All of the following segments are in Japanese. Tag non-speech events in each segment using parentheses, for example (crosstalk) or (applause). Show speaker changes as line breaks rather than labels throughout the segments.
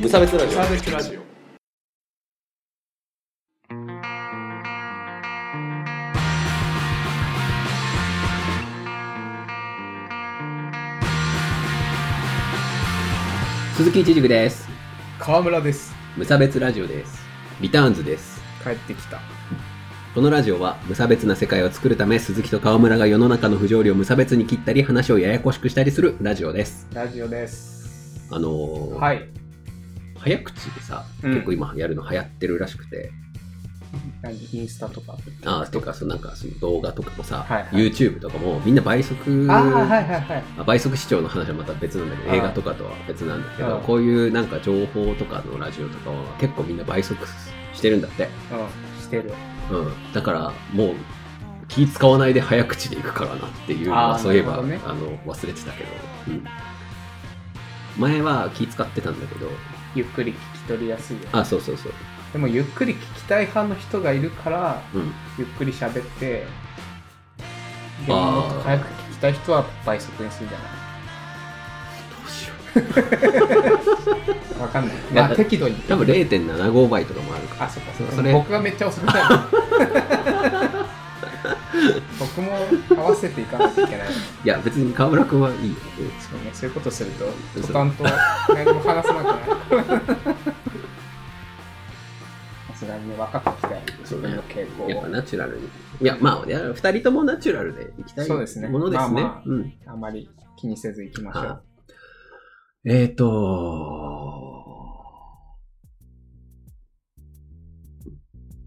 無差別ラジオ
サーベスラジオ
鈴木一塾です
川村です
無差別ラジオですリターンズです
帰ってきた
このラジオは無差別な世界を作るため鈴木と川村が世の中の不条理を無差別に切ったり話をややこしくしたりするラジオです
ラジオです
あのー
はい
早口でさ、
うん
結構今やるの流行ってるらしくて
何インスタとか
あーとかそのなんかその動画とかもさ、
はいはい
YouTube とかもみんな倍速
ああはいはいはい
まあ倍速視聴の話はまた別なんだけど
あー
映画とかとは別なんだけ
う
ど
ん
こういうなんか情報とかのラジオとかは結構みんな倍速してるんだって、
うんしてる
うん、だからもう気使わないで早口でいくからなっていうのは
あー
そういえば
な、るほど
あ
ね
の忘れてたけど、うん前は気使ってたんだけど
ゆっくり聞き取りやすいよ
あそうそうそう
でもゆっくり聞きたい派の人がいるから
うん
ゆっくり喋って
あー
でももっと早く聞きたい人は倍速にするんじゃな
どうしよう
いわかんない
なん
ま
か
あ適度に
多分0.75倍とかもあるから
あそっか
そう
でも
それ
僕がめっちゃ遅く (laughs) なる僕も合わせていかなきゃいけない
いや別に川村君はいいよ、
そうね、そういうことすると、
そう
途端と何も話さなくなる。さすがに若く来たい、自分の傾向
うんやっぱ
を
ナチュラルにいやまあ2人ともナチュラルでいきたい
そうですね
ものですね、
まあまあ
うん
あまり気にせず行きましょ
は
う。
い。えーと、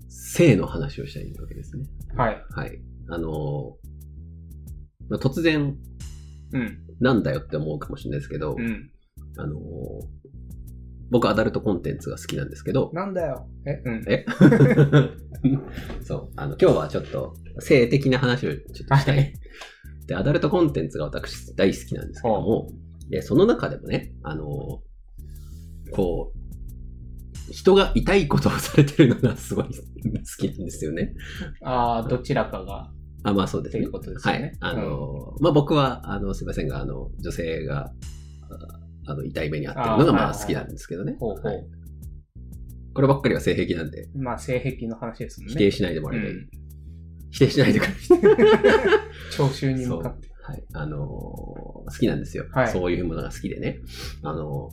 性の話をしたいわけですね。
はい。
はい。あの、まあ、突然、
うん。
なんだよって思うかもしれないですけど、
うん。
あの、僕アダルトコンテンツが好きなんですけど、
なんだよ。え、うん。
え (laughs) そう、あの、今日はちょっと、性的な話をちょっとした
はいい。
で、アダルトコンテンツが私大好きなんですけども、で、その中でもね、あのーこう、人が痛いことをされてるのがすごい好きなんですよね。
ああ、どちらかが
あ、まあそうで
っ
す
て
ね
いう。ことです
は
よ
い
ね。。
あのーまあ僕は、あの、すいませんが、あの、女性が、ああの、痛い目に遭ってるのがま
あ
あ
はいはい
好きなんですけどね。
ほうほう
はいこればっかりは性癖なんで、
うんまあ、性癖の話ですもん
否
ね。
定しないでもらいたい。
うん
否定しないでください。
聴衆に向かって。
はい。あのー好きなんですよ。
はい
そういうものが好きでね。あの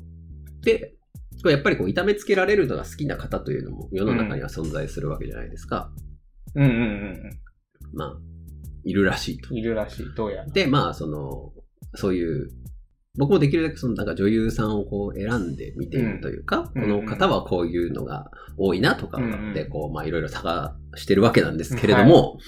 ーで、これやっぱりこう、痛めつけられるのが好きな方というのも世の中には存在するわけじゃないですか。
うんうんうん
まあ、いるらしいと
うん。。いるらしい、どうやら。
で、まあ、その、そういう、僕もできるだけそのなんか女優さんをこう選んで見ているというか、
うん
この方はこういうのが多いなとか
うん
っ
う
て、
ん
こう、まあいろいろ探してるわけなんですけれども、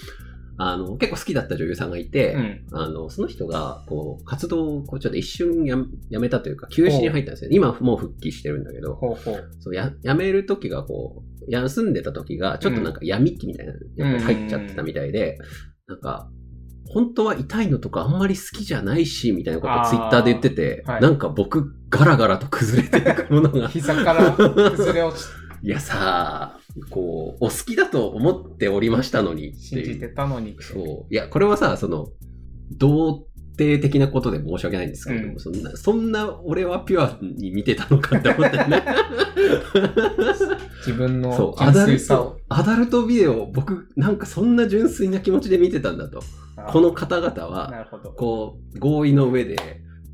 あの、結構好きだった女優さんがいて、
うん。
あの、その人が、こう、活動をこうちょっと一瞬ややめたというか、休止に入ったんですよね。今もう復帰してるんだけど、
ほうほう。
そうややめる時がこう、休んでた時が、ちょっとなんか闇期みたいな、やっぱり入っちゃってたみたいで、なんか、本当は痛いのとかあんまり好きじゃないし、みたいなことを
あー
ツイッターで言ってて、
はい、
なんか僕、ガラガラと崩れていくものが
膝から崩れ落ち
いやさあ、こう、お好きだと思っておりましたのにって
て、
いう、
信じてたのに。
そう。いや、これはさ、その、童貞的なことで申し訳ないんですけれども、
うん
そんな、そんな俺はピュアに見てたのかって思って
(laughs)
ね。
自分
そう、
の
ア
純
ダル
粋さを
ト。、アダルトビデオを僕、なんかそんな純粋な気持ちで見てたんだと。この方々
あーな
は、
るほど。
こう、合意の上で、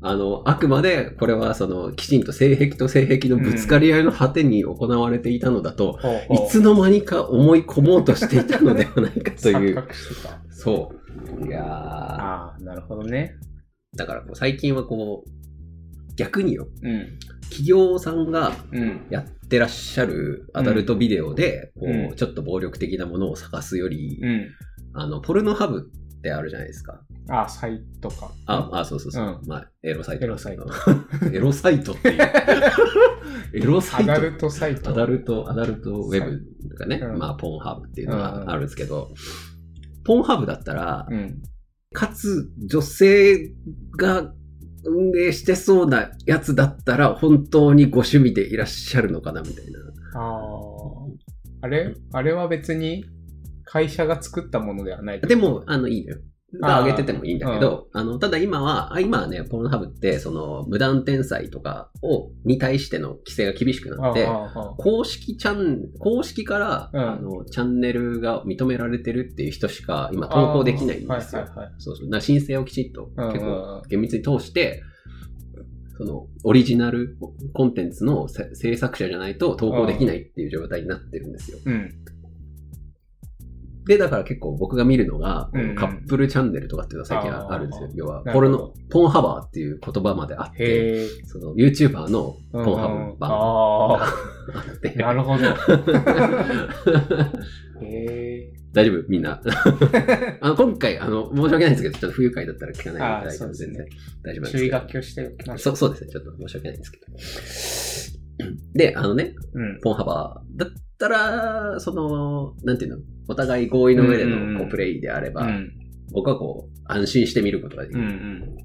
あの、あくまで、これは、その、きちんと性癖と性癖のぶつかり合いの果てに行われていたのだと、
ほうほう
いつの間にか思い込もうとしていたのではないかとい
錯
う。
覚してた。
そう。いやー
ああ、なるほどね。
だからこう最近はこう、逆によ、
うん。
企業さんが
うん。
やってらっしゃるアダルトビデオで、こう
うん
ちょっと暴力的なものを探すより、
う
あの、ポルノハブってあるじゃないですか。
ん。ああ、サイトか。
あ、あそうそうそう。
う
まあ、エロサイト。
エロサイト。
(laughs) エロサイトっていう。
(laughs)
エロサ
ア
イト。
ダルトサイト。
アダルト、アダルトウェブとかね、
うん
まあ、ポンハブっていうの
う
が
ん
あるんですけど、ポンハブだったら、
うん。
かつ女性が運営してそうなやつだったら本当にご趣味でいらっしゃるのかなみたいな。
ああ。あれあれは別に会社が作ったものではない。
でも、あの、いいのよ。が上げててもいいんだけど、あの、ただ今は、あ今はね、ポルノハブって、その、無断転載とかを、に対しての規制が厳しくなって、
あ
公式チャン、公式から、
うん
あの、チャンネルが認められてるっていう人しか、今投稿できないんですよ。
はいはいはい
そうそう。だから申請をきちっと、
うんうんうん
結構、厳密に通して、その、オリジナルコンテンツのせ制作者じゃないと投稿できないっていう状態になってるんですよ。
うん。
で、だから結構僕が見るのが、
うんうん
カップルチャンネルとかっていうのが最近あるんですよ
あ。
要は、
な
ポル
るほど
ノ、ポンハバーっていう言葉まであって、
へえ。
その、YouTuber のポン
うん
ハ
うん
ブ版
ああ、
あって、 (laughs)
なるほど。へえ。
大丈夫みん
(laughs)
な。あの、今回、あの、申し訳ないんですけど、ちょっと不愉快だったら聞かないでいただいて
あーそう
も
です
全
ね
然大丈夫なんですけど。
注意書きをしてます。
そうそうですね。ちょっと申し訳ないんですけど。で、あのね、
うん。
ポンハバーだったら、その、なんていうのお互い合意の上で
うんう
の
んうん
こうプレイであれば、
うん。
僕はこう、安心して見ることができ
う
る。
ん。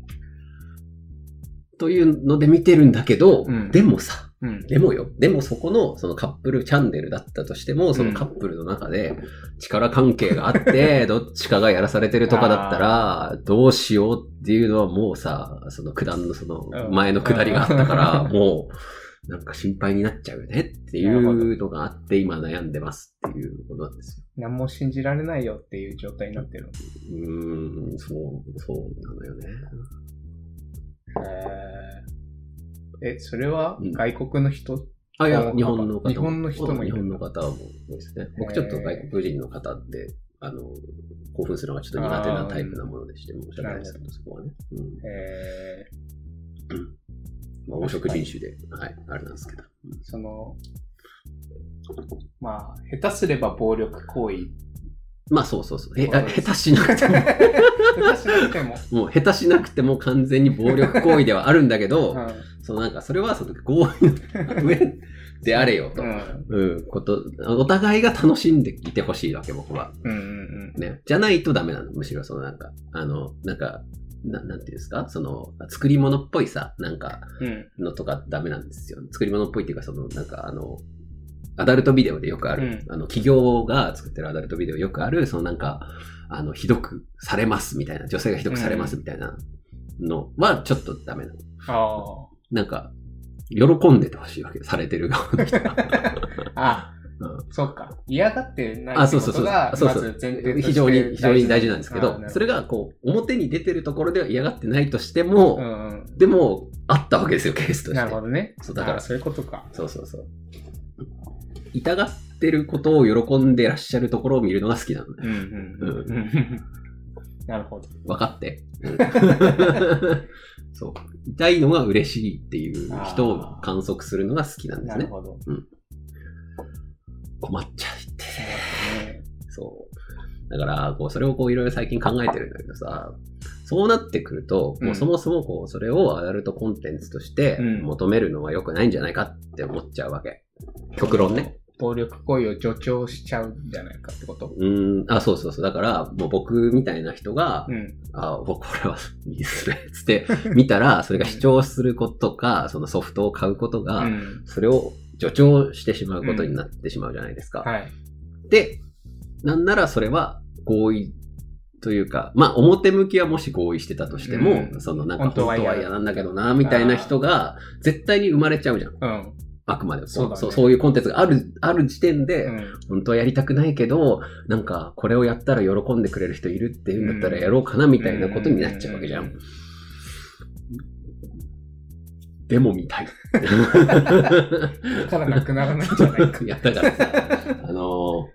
というので見てるんだけど、
うん
でもさ、
うん。
でもよ、でもそこの、そのカップルチャンネルだったとしても、そのカップルの中で力関係があ
(laughs)
って、どっちかがやらされてるとかだったら、どうしようっていうのはもうさ、その九段のその
うん
前の下りがあったから、
うん
もう、なんか心配になっちゃうよねっていうのがあって、今悩んでますっていうことなん
(laughs)
ですよ。
何も信じられないよっていう状態になってる。
うーん、そう、そうなのよね。
へえ。え、それは
うん
外国の人
あ、いや、
あ
日本の方も
日本の人もい
日
る
本の方も多いですね。僕ちょっと外国人の方って、あの、興奮するのがちょっと苦手なタイプなものでして、申し訳ないですけど、そこはね。うん。
えー
まあ、黄色人種で、はい、あれなんですけど。
その、まあ、下手すれば暴力行為。
まあ、そうそうそう。へ
そう
あ
です
下手しなくて
(laughs) 下
も、
手しなくても。
もう下手しなくても完全に暴力行為ではあるんだけ
う
ど、
ん
そのなんか、それはその合意の上であれよと
う。ん。
うん、こと、お互いが楽しんでいてほしいわけ、僕は。
うんうん
ね、じゃないとダメなの、むしろそのなんか、あの、なんか、ななんていうんですかその、作り物っぽいさ、なんか、
うん。うん。
のとかダメなんですよ。作り物っぽいっていうか、その、なんかあの、アダルトビデオでよくある、あの、企業が作ってるアダルトビデオよくある、そのなんか、あの、ひどくされますみたいな、女性がひどくされますみたいなのはちょっとダメなの。
あ
なんか、喜んでてほしいわけよ、されてる側の人は。
あ。あ、
うん
そうか。嫌がってない
あ、
って
そう
こ
そう
と
そう。
が、
そう
ま
そう
ず前提として
非常に、非常に大事なんですけ
あ
ど
ー、なるほ
それがこう、表に出てるところでは嫌がってないとしても、
うんう
でも、あったわけですよ、ケースとして。
ん。なるほどね。
そうだから
あーそういうことか。
そうそうそう。痛がってることを喜んでらっしゃるところを見るのが好きなのね。
うんうんうんうん。 (laughs) なるほど。
分かって。
(laughs)
(laughs) そう。痛いのが嬉しいっていう人を観測するのが好きなんで
な
す
る
ね。
ほど。
困っちゃうって。
ね
そう。だから、こう、それをこう、いろいろ最近考えてるんだけどさ、そうなってくると、
うん
もうそもそもこう、それをアダルトコンテンツとして
うん
求めるのは良くないんじゃないかって思っちゃうわけ。極論ね。
暴力行為を助長しちゃうんじゃないかってこと。
うーん、あ、そうそうそう。だから、もう僕みたいな人が、
うん。
あ、僕これはいいですね。つって、見た
(laughs)
ら、それが視聴することか、そのソフトを買うこと
う
が、
ん。
それを助長してしまうことになってしまうじゃないですか。
はい。
で、なんならそれは合意というか、まあ表向きはもし合意してたとしても、
うん
そのなんか
本当
本
は
当
嫌
は嫌なんだけどな、みたいな人が絶対に生まれちゃうじゃん。
うん。
あくまでも
そうだね
そうそういうコンテンツがある、ある時点で、
うん。
本当はやりたくないけど、なんかこれをやったら喜んでくれる人いるっていうんだったらやろうかな、みたいなことになっちゃうわけじゃ
うんん。
でも見
(laughs)
たい。
ただなくならないんじゃない
(laughs)
か。
いや、だからさ、あのー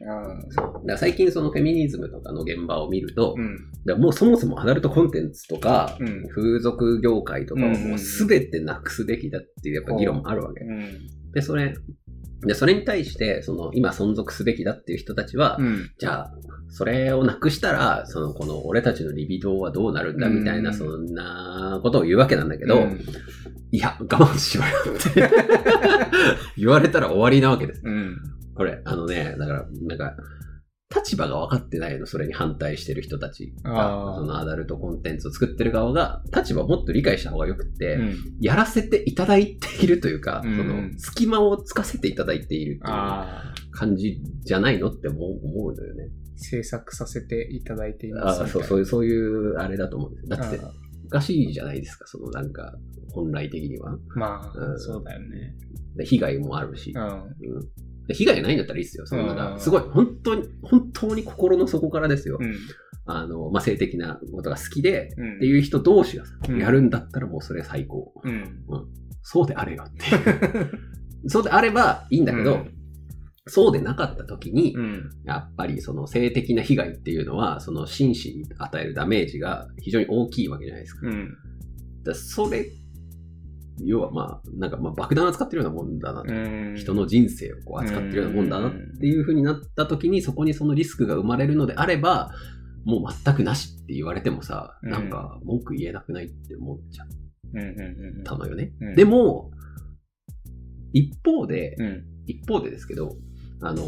だから最近そのフェミニズムとかの現場を見ると、
うん。
だからもうそもそもアダルトコンテンツとか、
うん
風俗業界とかを
うんうん
も
う
うん全てなくすべきだっていうやっぱ議論もあるわけ。
うん。
で、それ、で、それに対して、その今存続すべきだっていう人たちは、
うん。
じゃあ、それをなくしたら、そのこの俺たちのリビドーはどうなるんだみたいな、
うん
そんなことを言うわけなんだけど、
うん
いや、我慢しろよって (laughs) 言われたら終わりなわけです。
うん。
これ、あのね、だから、なんか、立場が分かってないの、それに反対してる人たち
あ
が、
ー
そのアダルトコンテンツを作ってる側が、立場をもっと理解した方がよくて、
うん。
やらせていただいているというか、
うん
その、隙間をつかせていただいているっていう
ああ。
感じじゃないのって思う思うのよね。
制作させていただいてい
あ
ます
あ
みた
そ
いうな。
そういう、そういうあれだと思うんですよ。だって
あ、
おかしいじゃないですか、そのなんか、本来的には。
あま
う
あ、
ん
そうだよね。
で被害もあるし
う。ん。
うんで被害がないんだったらいいですよ。そのなん
う
か
ん
すごい、本当に、本当に心の底からですよ。
うん。
あの、まあ、性的なことが好きで、
うん。
っていう人同士がさ
うん
やるんだったらもうそれ最高。
うん。
そうであれよって
(laughs)
いう。そうであればいいんだけど、
うん
そうでなかった時に、
うん。
やっぱりその性的な被害っていうのは、その心身に与えるダメージが非常に大きいわけじゃないですか。
うん。
だそれ、要はまあ、なんかまあ爆弾扱ってるようなもんだなと。
うん。
人の人生をこう扱ってるようなもんだなっていう風になった時に、そこにそのリスクが生まれるのであれば、もう全くなしって言われてもさ、
うん
なんか文句言えなくないって思っちゃっ
うんうんうん
たのよね。
うん
でも、一方で、
うん。
一方でですけど、あの、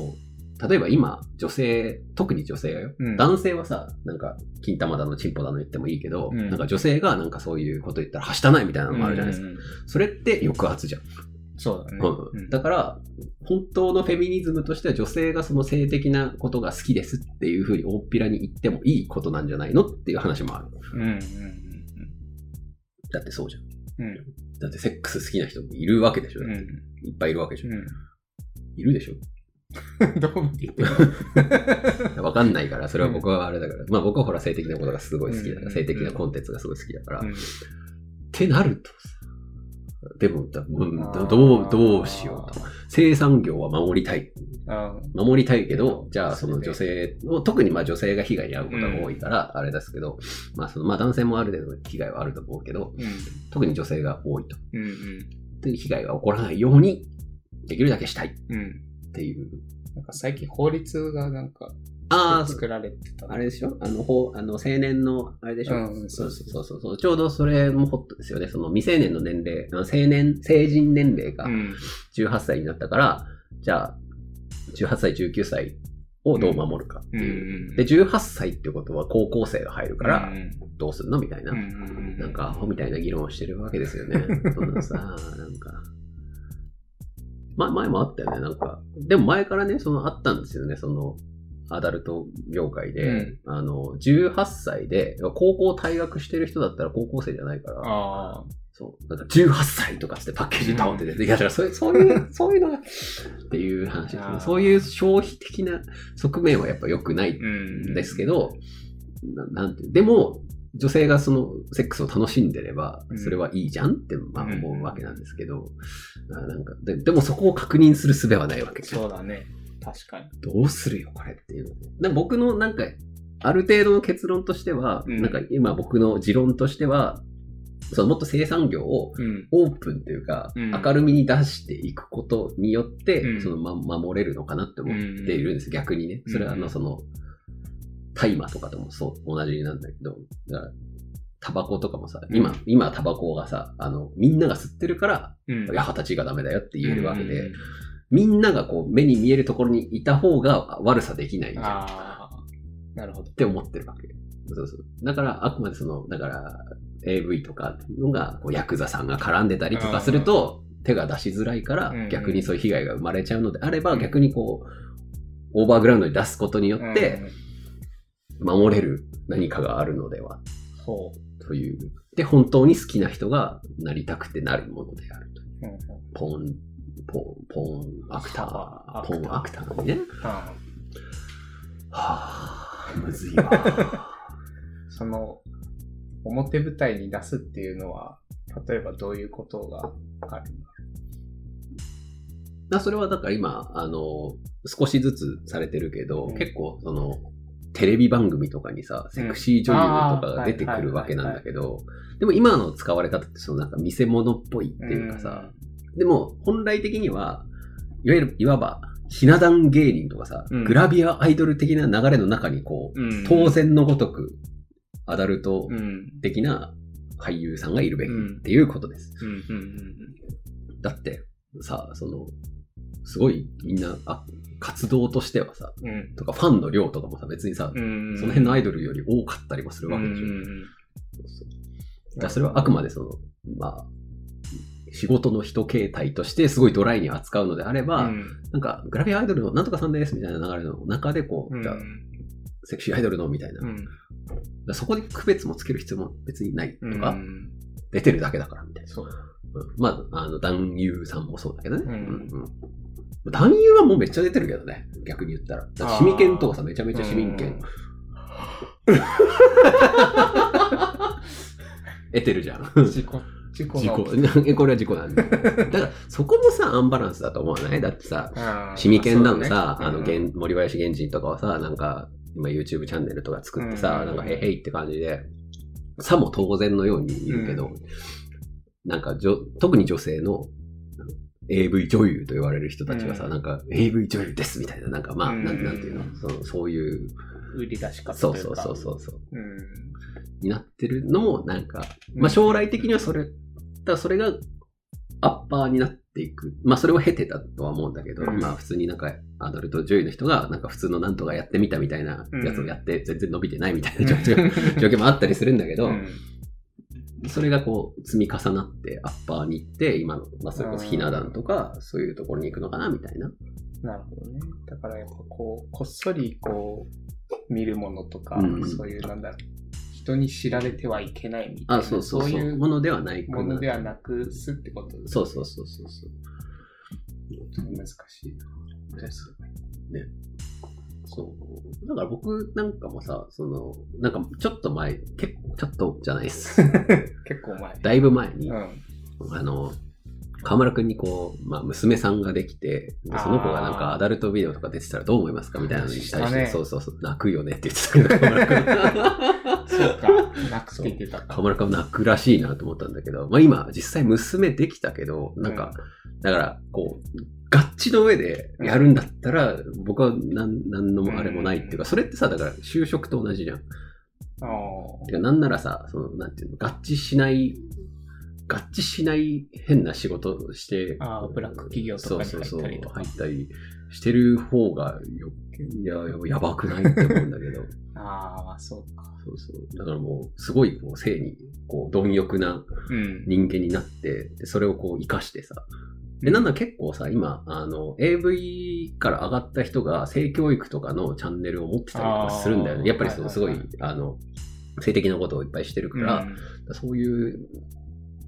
例えば今、女性、特に女性がよ、
うん
男性はさ、なんか、金玉だの、チンポだの言ってもいいけど、
うん
なんか女性がなんかそういうこと言ったら、はしたないみたいな
う
の
ん。
もあるじゃないですか。
か。
それって抑圧じゃん。
そうだね。
うんだから、本当のフェミニズムとしては女性がその性的なことが好きですっていうふうに大っぴらに言ってもいいことなんじゃないのっていう話もある。
うんうん
だってそうじゃん。
うんうん。
だってセックス好きな人もいるわけでしょ。
う
だ
ん
っていっぱいいるわけでしょ。
う
いるでしょ。
ん。どこまで言ってる
わかんないから、それは僕はあれだから。まあ僕はほら性的なことがすごい好きだか
うん
ら、性的なコンテンツがすごい好きだから。
う
っ
ん
てなるとさ。でも、だうんどどう、どうしようと。生産業は守りたい。
あ
守りたいけど
う、ん
じゃあその女性を、特にまあ女性が被害に遭うことが多いから、あれですけど、まあその、まあ男性もある程度被害はあると思うけど、
うん。
特に女性が多いと。
うん
で、被害が起こらないように、できるだけしたいっ
うん。うん。
ていう。
なんか最近法律がなんか
ああ、そう
作られてた。
あれでしょあの、ほうあの、青年の、あれでしょ、
うん
そうそうそうそうそう。ちょうどそれもホットですよね。その未成年の年齢、あの青年、成人年齢が
うん。
18歳になったから、じゃあ、18歳、19歳をどう守るかっていう。
うん。
で、18歳ってことは高校生が入るか
う
ら、
ん
どうすんのみたいな。
うんうん。
なんか、アホみたいな議論をしてるわけですよね。
(laughs)
そんなさ、なんか。前、前もあったよね、なんか。でも前からね、その、あったんですよね、その、アダルト業界で。
うん
あの、18歳で、高校退学してる人だったら高校生じゃないから、
ああ。
そう、なんか18歳とかっつってパッケージ倒って出て、いや、だからそういう、そういう、そういうのが、っていう話です
あ
ね。
ー
そういう消費的な側面はやっぱ良くない
うん。
ですけど、ななんていうでも女性がそのセックスを楽しんでれば
うん
それはいいじゃんってまあ
うん
思うわけなんですけど、あなんかででもそこを確認する術はないわけじゃん
そうだね。確かに。
どうするよこれっていうで僕のなんかある程度の結論としては、
うん
なんか今僕の持論としてはそのもっと生産業を
うん。
オープンというか、
うん
明るみに出していくことによって、
うん
その、ま、守れるのかなって思っているんです、逆にね。それは、あ
う
の、
ん
その、大麻とかともそう、同じなんだけど、だから、タバコとかもさ、今、
うん
今タバコがさ、あの、みんなが吸ってるから、
うん
いや、二十歳がダメだよって言えるわけで、
うん
みんながこう、目に見えるところにいた方が悪さできないじゃん。
ああ。なるほど
っ。て思ってるわけ。そうそう。だから、あくまでその、だから、AV とかのが、こう、ヤクザさんが絡んでたりとかすると、手が出しづらいから
うんう、ん
逆にそういう被害が生まれちゃうのであれ
う
ば、
ん
逆にこう、オーバーグラウンドに出すことによって、守れる何かがあるのでは、
うん、ほ
という。で、本当に好きな人がなりたくてなるものであると。
う。うんうん
ポン、ポン、ポンアクター、
アク
ポ
ター
ンアクターにね。
ああ
はぁ、むずいわ。
その、表舞台に出すっていうのは、例えばどういうことがある
だそれはだから今、あの、少しずつされてるけど、
うん
結構その、テレビ番組とかにさ、セクシー女優とかが出てくるわけなんだけど、でも今の使われ方ってそのなんか見せ物っぽいっていうかさ、、でも本来的には、いわゆる、いわば、ひな壇芸人とかさ、
うん
グラビアアイドル的な流れの中にこう、
うん
当、然のごとく、アダルト
うん、うん、
的な俳優さんがいるべきっていうことです。
うん、うん、
だってさ、その、すごいみんな、あ、活動としてはさ、
うん、うん
とかファンの量とかもさ、別にさ、
うん、
その辺のアイ
ド
ドルより多かったりもするわけでしょ。
うんうん
そうだからそれはあくまでその、まあ、仕事の人形態としてすごいドライに扱うのであれば、
うん、
なんかグラビアアイドルのなんとかさんですみたいな流れの中でこう、
うん
じゃあセクシーアイドルのみたいな。
う
だか
ん。
らそこで区別もつける必要も別にないと
うん。
か、出てるだけだからみたいな。
そう。
うんまあ、あの、男優さんもそうだけどね。
うん
うんうん男優はもうめっちゃ出てるけどね。逆に言ったら。だって市民権とかさ、めちゃめちゃ市民権得てるじゃん。
うん。事故、事故
事
の。
故。え (laughs) これは事故なんだ。だから、そこもさ、アンバランスだと思わないだってさ、
あー
シミケンなのさ、
そう
あ
だね
の、
うん
源森林源人とかはさ、なんか、今 YouTube チャンネルとか作ってさ、
う
な
ん
んか、へいへいって感じで、さも当然のようにいるけど、
う
なんかじょ、特に女性の、あの AV 女優と言われる人たちがさ、
うん
なんか、AV 女優ですみたいな、なんか、まあ、
うん
なんなんていうの、そのそういう、
売り出し方
そ
と
う
い
そうう
か。
そうそうそう、
うん。
になってるのも、なんか、
うん。
まあ、将来的にはそれ、だからそれがアッパーになっていく。まあ、それを経てたとは思うんだけど、
うん
まあ、普通になんか、アダルト女優の人が、なんか普通のなんとかやってみたみたいなやつをやって、全然伸びてないみたいな状況,、 (laughs) 状況もあったりするんだけど、
うん
それがこう、積み重なってアッパーに行って、今の、まあ、それこそひな壇とか、そういうところに行くのかな、みたいな。
なるほどね。だからやっぱこう、こっそりこう、見るものとか、
うん
そういうなんだろう、人に知られてはいけないみ
あ、
たいな、
そうそうそう。
いう
も
も
のではないか
の
な
で。はなくすってことです
そうそうそうそうそう。
難しいなですよね。
そう。だから僕なんかもさ、その、なんかちょっと前、結構、ちょっとじゃない
(laughs)
です。
結構前。
だいぶ前に、
うん。
あの、河村くんにこう、まあ、娘さんができて、でその子がなんか
あー
アダルトビデオとか出てたらどう思いますかみたいなのに対
話
し、
してたね
そうそうそう、泣くよねって言ってたけど、河村くん。
(laughs) そうか。
(laughs)
なくててたか。
河村くん泣くらしいなと思ったんだけど、まあ今、実際娘できたけど、なんか、だから、こう、合致の上でやるんだったら、僕はなんなんのもあれもないっていうか、それってさ、だから就職と同じじゃん。
あ
てか、なんならさ、その、なんていうの、合致しない、合致しない変な仕事をして、
あーブラック企業とかに入ったりと
そう
か
そうそう、入ったりしてる方がよ、いや、やばくないって思うんだ
(laughs)
けど、
あ。ああ、そうか。
そうそう。だからもう、すごい、こう、性に、こう、貪欲な
うん。
人間になって、でそれをこう、活かしてさ、で、なんだ結構さ、今、あの、AV から上がった人が性教育とかのチャンネルを持ってたりとかするんだよ
あ
ね。
ー
やっぱりその
はい
す
はい
ご
はい
い、あの、性的なことをいっぱいしてるか
うん
ら、そういう、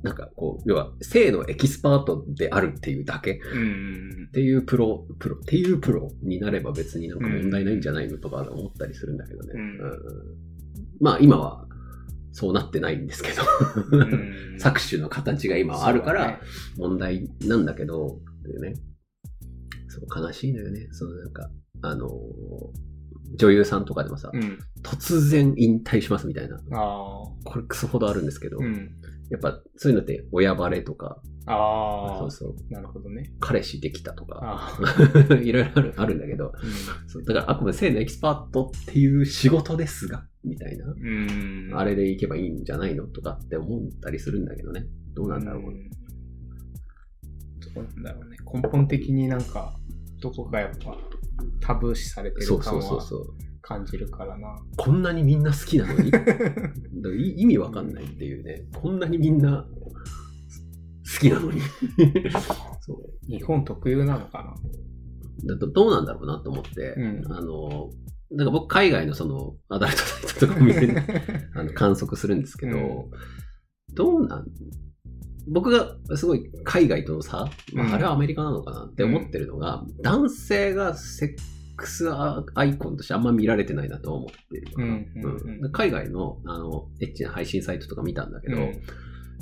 なんかこう、要は、性のエキスパートであるっていうだけっ
うん。
ていうプロ、プロ、っていうプロになれば別になんか問題ないんじゃないのとか思ったりするんだけどね。
うん
まあ今は、そうなってないんですけど、 (laughs)
うん
搾取の形が今はあるから、問題なんだけど、ね、そう悲しいのよね。そのなんか、あのー女優さんとかでもさ、
そうだね
突然引退しますみたいな、
うん。あ
これクソほどあるんですけど、
あ。うん。
やっぱそういうのって親バレとか、
あ
そ
あ
う。そう、
なるほどね。
彼氏できたとか、
あ
(laughs) いろいろあるあるんだけど、
あ。
そうだからあくまで性のエキスパートっていう仕事ですが、みたいな、
うん。
あれでいけばいいんじゃないのとかって思ったりするんだけどね。どうなんだろう。
んどうなんだろうね。根本的になんか、どこかやっぱタブー視されて
そ
る
うそ
感
うそう
は
そう。
感じるからな。
こんなにみんな好きなの
(laughs)
にだからい意味わかんないっていうね、こんなにみんな好きなのにそう
日本特有なのか
だとどうなんだろうなと思って、
うん
あのなんか僕海外のそのアダルトサイトとか
な。
見てあの観測するんですけど、
うん
どうなん僕がすごい海外との差、ま
うん
あ、あれはアメリカなのかなって思ってるのが、男性がセックスアイコンとしてあんま見られてないなと思ってるか
(laughs)
ら、
うんうん
うん海外のあのエッチな配信サイトとか見たんだけ
う
ど、
ん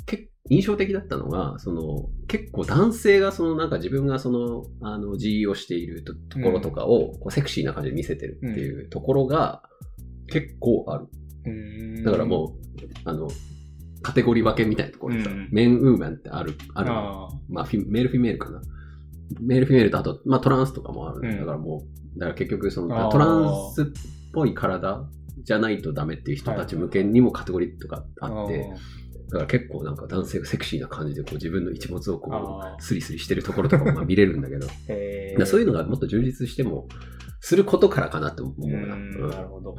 け印象的だったのがその結構男性がそのなんか自分がそのあの G をしているとところとかを、こうセクシーな感じで見せてるっていうところが結構ある。
うん
だからもう、あのカテゴリー分けみたいなところでさ、
うん
メンウーマンってあるある
あ
まあ、フィメールフィメールかな。メールフィメールとあと、まあ、トランスとかもあるんだ,、
うん
からもう、だから結局そ
あ
の
ー
トランスっぽい体じゃないとダメっていう人たち向けにもカテゴリーとか
あ
あって、
あ
だから結構なんか男性がセクシーな感じでこう自分の一物をこ
あ
うスリスリしてるところとかもまあ見れるんだけ
(laughs)
ど、だか
ーへ
らそういう
の
のがもっと充実しても、することからかなって思うな。うん
な
や
るほど。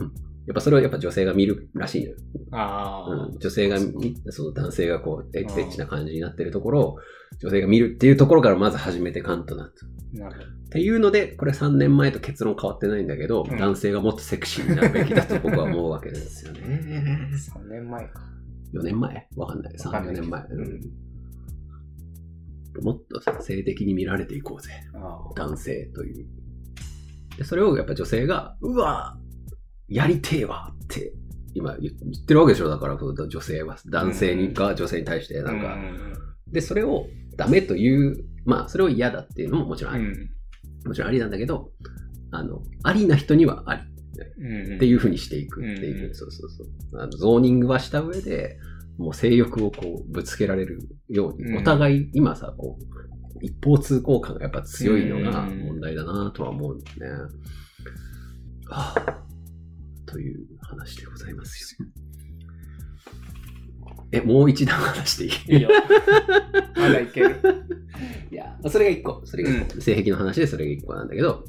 っぱそれはやっぱ女性が見るらしいのよ。
ああ、
うん、女性が見、その男性がこうエッチエッチな感じになってるところを女性が見るっていうところからまず始めてかんとなと。
なるほど。
っていうので、これ3年前と結論変わってないんだけど、
うん
男性がもっとセクシーになるべきだ (laughs) と僕は思うわけですよね。
3年前か。
4年前わかんない。3、4年前。
う
うん
ん。
もっとさ性的に見られていこうぜ。
ああ。
男性という。でそれをやっぱ女性が、うわやりてえわって今言言ってるわけでしょ。だから、この女性は、男性にが女性に対してなんか、で、それをダメという、まあ、それを嫌だっていうのももちろんあ
うん。
り、
うん。
もちろんありなんだけど、あの、ありな人にはあり
うん。。
っていううふうにしていくっていう、
うん
そうそうそう。あのゾーニングはした上で、もう性欲をこうぶつけられるよう
うん
に、お互い今さ、こう、一方通行感がやっぱ強いのが
うん
問題だなとは思うんだよね。はあという話でございますよ。え、もう一段話していい
い
(laughs)
いよ。まだいける。
いや、それが一個。それが一個性癖の話でそれが一個なんだけど、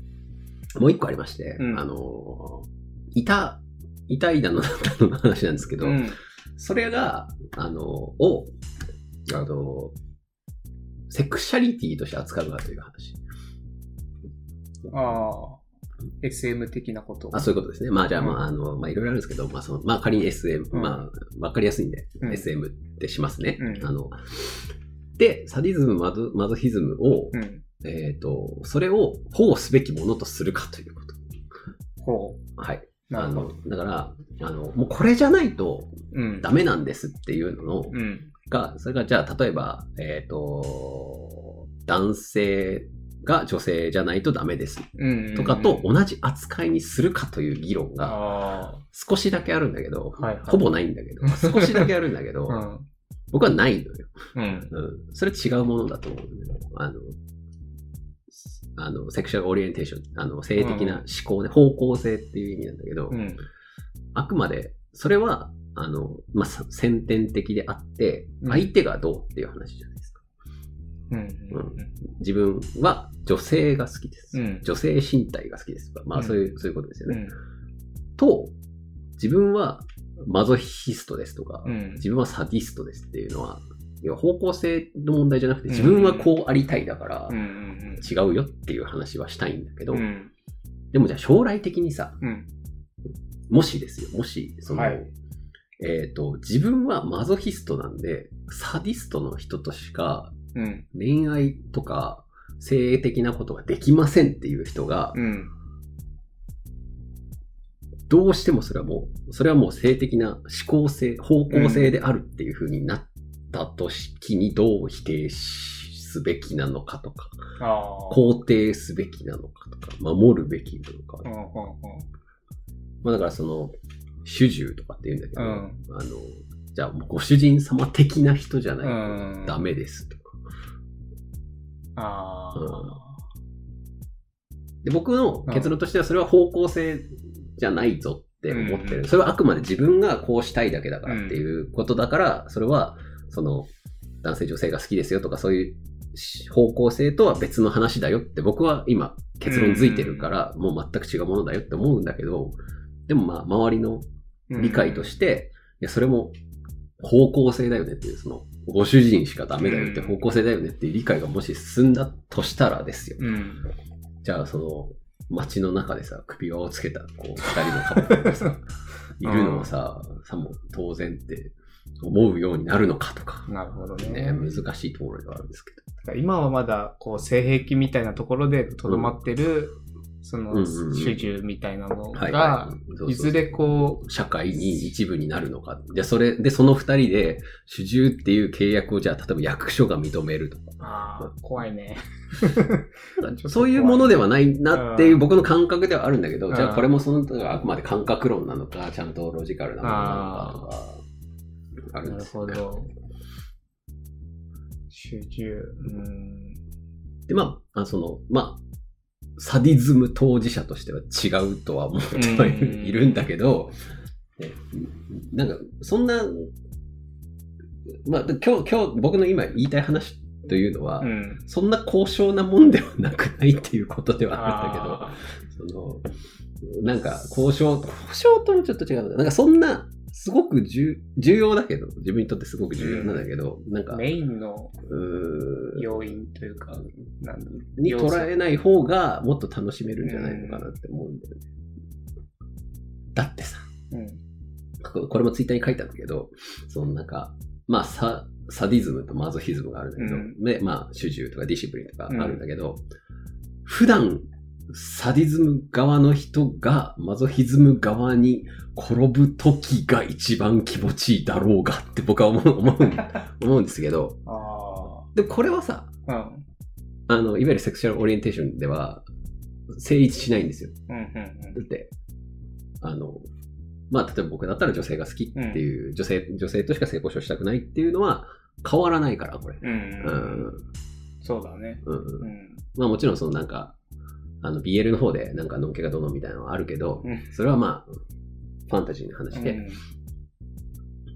もう一個ありまして、
うん
あのー、いた、いたいだのだったのの話なんですけど、
うん。
それが、あのー、を、あのー、セクシャリティとして扱うかという話。
ああ。SM 的なこと。
あそういうことですね。まあじゃあ、
うん
まあ、あの、まあいろいろあるんですけど、まあその、まあ仮に SM、
うん
まあ、わかりやすいんで、
うん
SM ってしますね。
うん
あの、で、サディズム、マゾマゾヒズムを、
うん。
えっ、と、それを保護すべきものとするかということ。
ほ
はい。
う。な
あ
るほ
の
ど。、
だから、あの、もうこれじゃないと
うん。
ダメなんですっていうのの
うん。
が、それがじゃあ、例えば、えっ、と、男性が女性じゃないとダメです
うん。
とかと同じ扱いにするかという議論が
あ
少しだけあるんだけど、
はいはい
ほぼないんだけど、少しだけあるんだけど、
あ。 (laughs) うん。
僕はないのよ。
うん。
うん、それ違うものだと思う、ね、あのすあのセクシャルオリエンテーションあの性的な思考ね、方向性っていう意味なんだけど、
うん。
あくまでそれはあの、まあ、さ先天的であって
うん
相手がどうっていう話じゃないですか、
うん。
自分は女性が好きです、
うん
女性身体が好きですとか、ま
う
あ、
ん
そういう、そういうことですよ
う
ね、
ん。
と自分はマゾヒストですとか、
うん。
自分はサディストですっていうのは要は方向性の問題じゃなくて自分はこうありたいだから、
うん。うん。
違うよっていう話はしたいんだけど、
うん。
でもじゃあ将来的にさ、
うん。
もしですよ、もし、その、
はい
えっ、と、自分はマゾヒストなんで、サディストの人としか
うん。
恋愛とか性的なことができませんっていう人が、
うん。
どうしてもそれはもう、それはもう性的な思考性、方向性であるっていう風になったとしきにどう否定しすべきなのかとか、
ああ。
肯定すべきなのかとか、守るべきなのか
うん。う
まあ、だからその主従とかって言うんだけど、
うん
あのじゃあもうご主人様的な人じゃない
ん。うん。
とダ。メですとか、
ああ。
で僕の結論としてはそれは方向性じゃないぞって思ってる、それはあくまで自分がこうしたいだけだからっていうことだから、それはその男性女性が好きですよとかそういう方向性とは別の話だよって僕は今結論づいてるから、もう全く違うものだよって思うんだけどでもまあ周りの理解として、いや、それも方向性だよねっていう、その、ご主人しかダメだよって
うん
方向性だよねっていう理解がもし進んだとしたらですよ。
うん。
じゃあ、その、街の中でさ、首輪をつけた、こう、二人のカップルがさ、
(laughs)
いるのもさ、さも当然って思うようになるのかとか、
なるほど
ね、
ね。
難しいところではあるんですけど。
だから今はまだこう性癖みたいなところでとどまってる、そ
うんう
の
んうん
主従みたいなの
はい
が、いずれこ
社会に一部になるのか。じゃあ、それで、その二人で、主従っていう契約を、じゃあ、例えば役所が認めるとか。
う、ああ、怖いね。
そういうものではないなっていううん僕の感覚ではあるんだけ
う
ど、
ん
じゃあこれもその、だからあくまで感覚論なのか、ちゃんとロジカルなものなのかとか、あるん
な
で
る
すよ
ほ
ね。
ど。主従、うん。
で、まあ、あその、まあ、サディズム当事者としては違うとは思ってはいる
うん
いるんだけど、ねなんか、そんな、まあ、で今日、今日、僕の今言いたい話というのは、
うん。
そんな高尚なもんではなくないっていうことではあるんだけど、
あ
その、なんか、交渉、交渉ともちょっと違うのかななんかそんな、すごく重重要だけど、自分にとってすごく重要なんだけど、なん
ー
か、
メインの
うー
要因というか、なんだろう
に捉えない方がもっと楽しめるんじゃないのかなって思うんだよね。だってさ、
うん。
ここれもツイッターに書いたんだけど、そのなんか、まあサ、サディズムとマゾヒズムがあるんだけど、
うん
で、まあ、主従とかディシプリンとかあるんだけど、普段、サディズム側の人がマゾヒズム側に転ぶ時が一番気持ちいいだろうがって僕は思う、 (laughs) 思う、思うんですけど、
あ
でもこれはさ、
あ。うん。
あの、いわゆるセクシュアルオリエンテーションでは成立しないんですよ。
うんうん
だって、あの、まあ、例えば僕だったら女性が好きっていう、女性、女性としか性交渉したくないっていうのは変わらないから、これ。
うん。うん
う
うん
ん。
そうだね。
うん。
うん。
まあもちろんそのなんか、あの、BL の方でなんか、のんけがどうのみたいなのはあるけど、
うん
それはまあ、ファンタジーの話で、
うん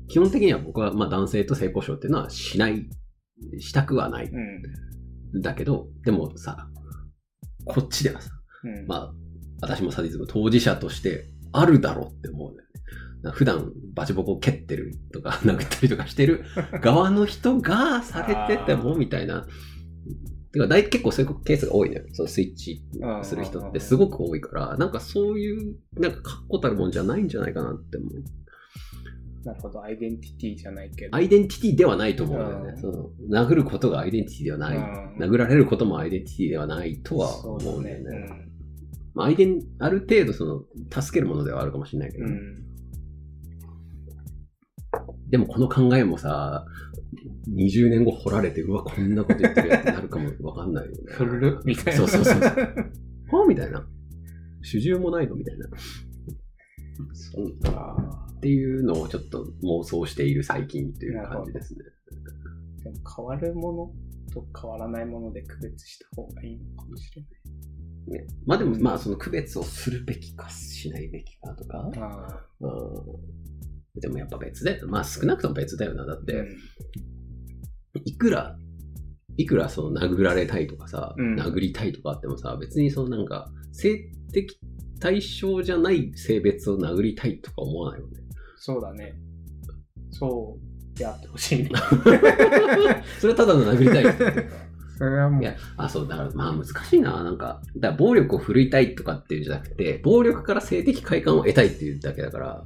基本的には僕はまあ男性と性交渉っていうのはしない、したくはない。
うん。
だけど、でもさ、こっちではさ、
うん。あ、
まあ、私もサディズム当事者としてあるだろうって思うんだよね。なんか普段バチボコ蹴ってるとか (laughs) 殴ったりとかしてる側の人がされててもみたいな。てか大結構そういうケースが多いのよ。そのスイッチする人ってすごく多いから、なんかそういう、なんか確固たるもんじゃないんじゃないかなって思う。
なるほど、アイデンティティじゃないけど。
アイデンティティではないと思うんだよ
う
ね。
ん
その殴ることがアイデンティティではない。
殴
殴られることもアイデンティティではないとは思うんだよね。まあ、相手にある程度その助けるものではあるかもしれないけど、
うん。
でもこの考えもさ20年後掘られてうわこんなこと言ってるやつになるかもわかんない
(laughs)
よね
ふるるみたいな。
そうそうそうはあみたいな主従もないのみたいなそう
(laughs) あー
っていうのをちょっと妄想している最近という感じですね
でも変わるものと変わらないもので区別した方がいいのかもしれ
ねまあでもまあその区別をするべきかしないべきかとか、
ない。ああ。
うん、でもやっぱ別だよまあ少なくとも別だよなだって、
うん
いくら、いくらその殴られたいとかさ、
うん
殴りたいとかあってもさ、別にそのなんか、性的対象じゃない性別を殴りたいとか思わないよね。
そうだね。そうであってほ
(laughs)
しいね。
それはただの殴りたいです。
(laughs) それはも
いや、あ、そう、だからまあ難しいな。なんか、だから暴力を振るいたいとかっていうんじゃなくて、暴力から性的快感を得たいっていうだけだから、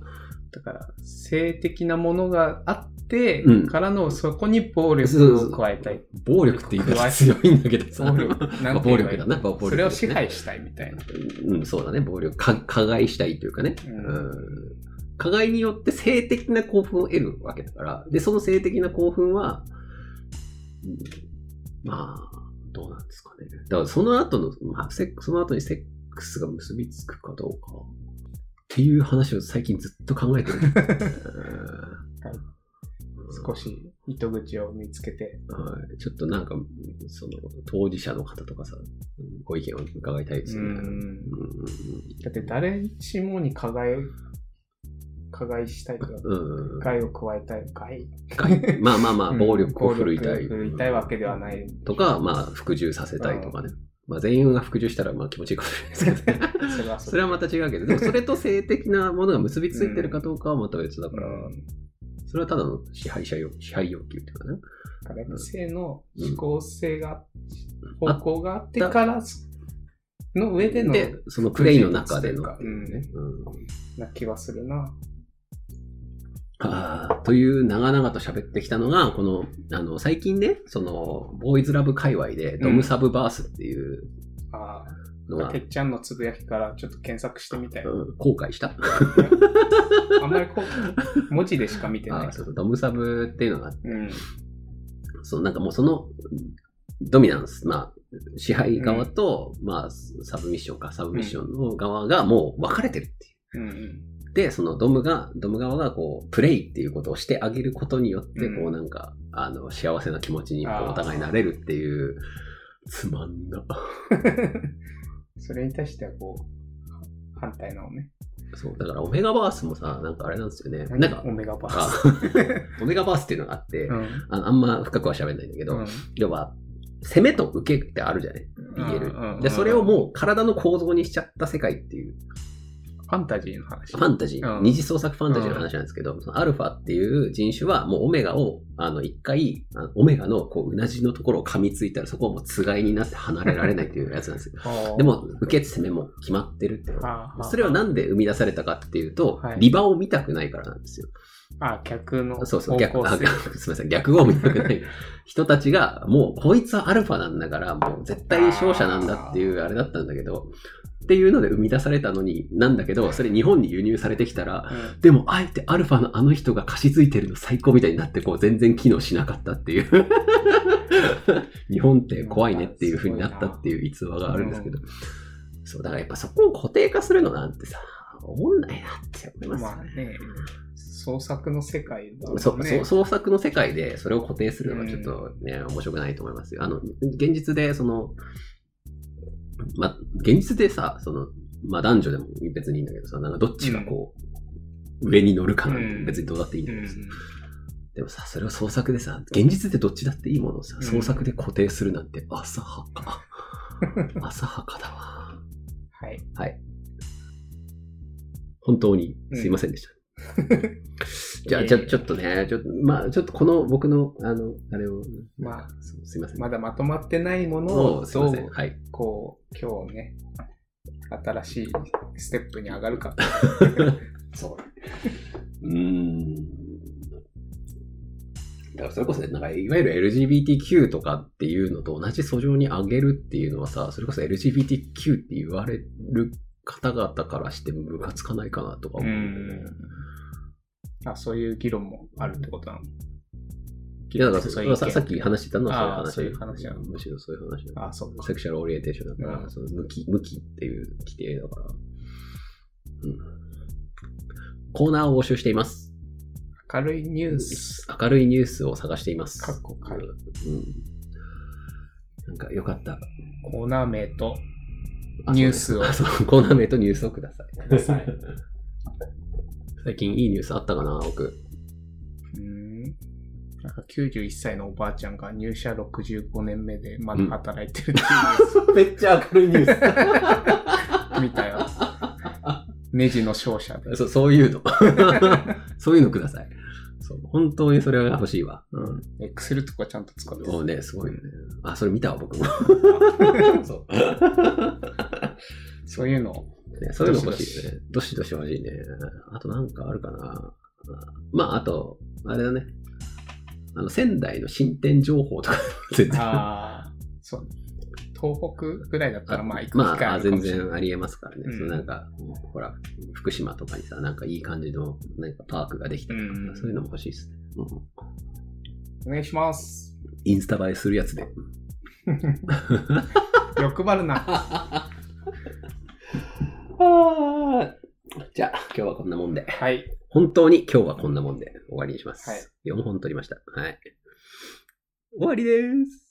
だから、性的なものがあって
うん
からの、そこに暴力を加えたい。
暴力って言い方強いんだけどさ、
暴力
(laughs)
なんて言えばいい
暴力だな、暴力、
それを支配したいみたいな。
うん、そうだね、暴力、か加害したいというかね、
うん
うん加害によって性的な興奮を得るわけだから、で、その性的な興奮は、うんまあ、どうなんですかね。だからその後の、まあ、セックその後にセックスが結びつくかどうか、っていう話を最近ずっと考えてる。 (laughs) うん
少し糸口を見つけて。
はい、ちょっとなんか、その、当事者の方とかさ、ご意見を伺いたいですよね。うん
だって誰しもに加害、加害したいとか、
うんうん
害を加えたい、害
害まあまあまあ、
うん
暴力を振るいたい。
暴力を振るいたいわけではない。
とか、まあ、服従させたいとかね。まあ、全員が服従したら、まあ、気持ちいいかもしれないですけ
(laughs)
どね。
それは
それはまた違うけど、でも、それと性的なものが結びついてるかどうかはまた別だから、
うん
それはただの支配者要支配要求っていうかね。
だから性の指向性が、方向があって
あ
から、の上での、
で、そのプレイの中での
服従というか。
うん
な気はするな。
あーという長々と喋ってきたのが、この、あの、最近ね、その、ボーイズラブ界隈で、ドムサブバースっていう
あ
の
あ、
が、
てっちゃんのつぶやきからちょっと検索してみたい。
うん後悔した
あんまりこう、文字でしか見て
(laughs) あ
ない
ー。そうそうドムサブっていうのがあって
うん。
そう、なんかもうその、ドミナンス、まあ、支配側と、まあ、サブミッションか、サブミッションの側がもう分かれてるっていう。
うん。
で、そのドムが、ドム側がこう、プレイっていうことをしてあげることによって、
うん
こうなんか、あの、幸せな気持ちにこ
あ
う
ー
お互いなれるっていう、つまんな。
それに対してはこう、反対なのね。
そう、だからオメガバースもさ、なんかあれなんですよね。なんか
オ、メガバー
あ
ス。
オメガバースっていうのがあって、
うん。
あのあんま深くは喋んないんだけど、要は、攻めと受けってあるじゃない
うんうんうん
?BL。で、それをもう体の構造にしちゃった世界っていう、
ファンタジーの話。
ファンタジー、
うん
二次創作ファンタジーの話なんですけど、そのアルファっていう人種は、もうオメガを、あの、一回、あのオメガのこう、うなじのところを噛みついたら、そこはもうつがいになって離れられないというやつなんですよ。でも、受け攻めも決まってるっていうのは
あー、
それはなんで生み出されたかっていうと、
はい
リバを見たくないからなんですよ。
あ、客の
そうそう、
方
逆、
向
あ
性。
逆すみません、逆を見たく
(laughs)
ない人たちが、もう、こいつはアルファなんだから、もう絶対勝者なんだっていうあれだったんだけど、っていうので生み出されたのに、なんだけど、それ日本に輸入されてきたら、
うん
でも、あえてアルファのあの人が貸し付いてるの最高みたいになって、こう、全然機能しなかったっていう。 (laughs) 日本って怖いねっていう風になったっていう逸話があるんですけど。そう、だからやっぱそこを固定化するのなんてさ、思んないなって思いますよ
まあね、創作の世界だもんね
そうそう創作の世界でそれを固定するのはちょっとね、面白くないと思いますよ。あの、現実で、その、ま、現実でさ、その、まあ男女でも別にいいんだけどさ、なんかどっちがこう、上に乗るかなん
う
て
ん
別にどうだっていいん
う
だけどさ、
ん
でもさ、それを創作でさ、現実でどっちだっていいものをさ
う、ん
創作で固定するなんて浅は
(laughs)
か。浅はかだわ。
はい。
本当にすいませんでした。
(laughs)
じゃあ、じゃあちょっとね、ちょっと、まあ、ちょっとこの僕の、あの、あれを、
まあ
そうすいません。
まだまとまってないもの
も
を
うすいま
ど
せん。
う、
はい。
こう、今日ね、新しいステップに上がるか。
そう。 (laughs) うーん。だからそれこそね、なんかいわゆる LGBTQ とかっていうのと同じ訴状に上げるっていうのはさ、それこそ LGBTQ って言われる方々からしてムカつかないかなとか思うんだよね。
あ、そういう議論もあるってことなの
いやだから
そ
そうれ
いう意見
はささっき話してたのは
あー
そういう
そういう話
話
なの
むしろそういう話なの
あ、そうか
セ。クシャルオリエンテーションだから、
うん
その向き、向きっていう規定だから。うん。コーナーを募集しています。
明るいニュース。
明るいニュースを探しています。
かっこかっこ
うん。なんかよかった。
コーナー名
(laughs)
と
あ
ニュース
そ
を
うですあそうコーナー名とニュースをください。
ください。
最近いいニュースあったかな、僕。
うーんなんか91歳のおばあちゃんが入社65年目でまだ働いてるってい
(laughs)
う
めっちゃ明るいニュー
のを見たよ。ネジの勝者で。
ス。 (laughs) そう、そういうの。そういうのください。そう、本当にそれが欲しいわ。うん。
エクセルとかちゃんと使って
もう
る。
ね、すごいよね。あ、それ見たわ、僕 (laughs) も。そう。
そういうのを。
ね、そういうの欲しいよね。どしどし欲しいね。あとなんかあるかな。まあ、あと、あれだね。あの、仙台の新店情報とか、全然。
ああ、 (laughs) そう。東北ぐらいだったらまあ行く
ま
機会
あ、
あ
あ
るか
全
もしれない。
然ありえますからね。
うん
そのなんか、ほら、福島とかにさ、なんかいい感じの、なんかパークができたとか、
うん
そういうのも欲しいですね。うん
お願い
(laughs)
します。
インスタ映えするやつで。
欲張るな。
じゃあ、今日はこんなもんで。
はい。
本当に今日はこんなもんで終わりにします。
はい
4本撮りました。はい。終わりです。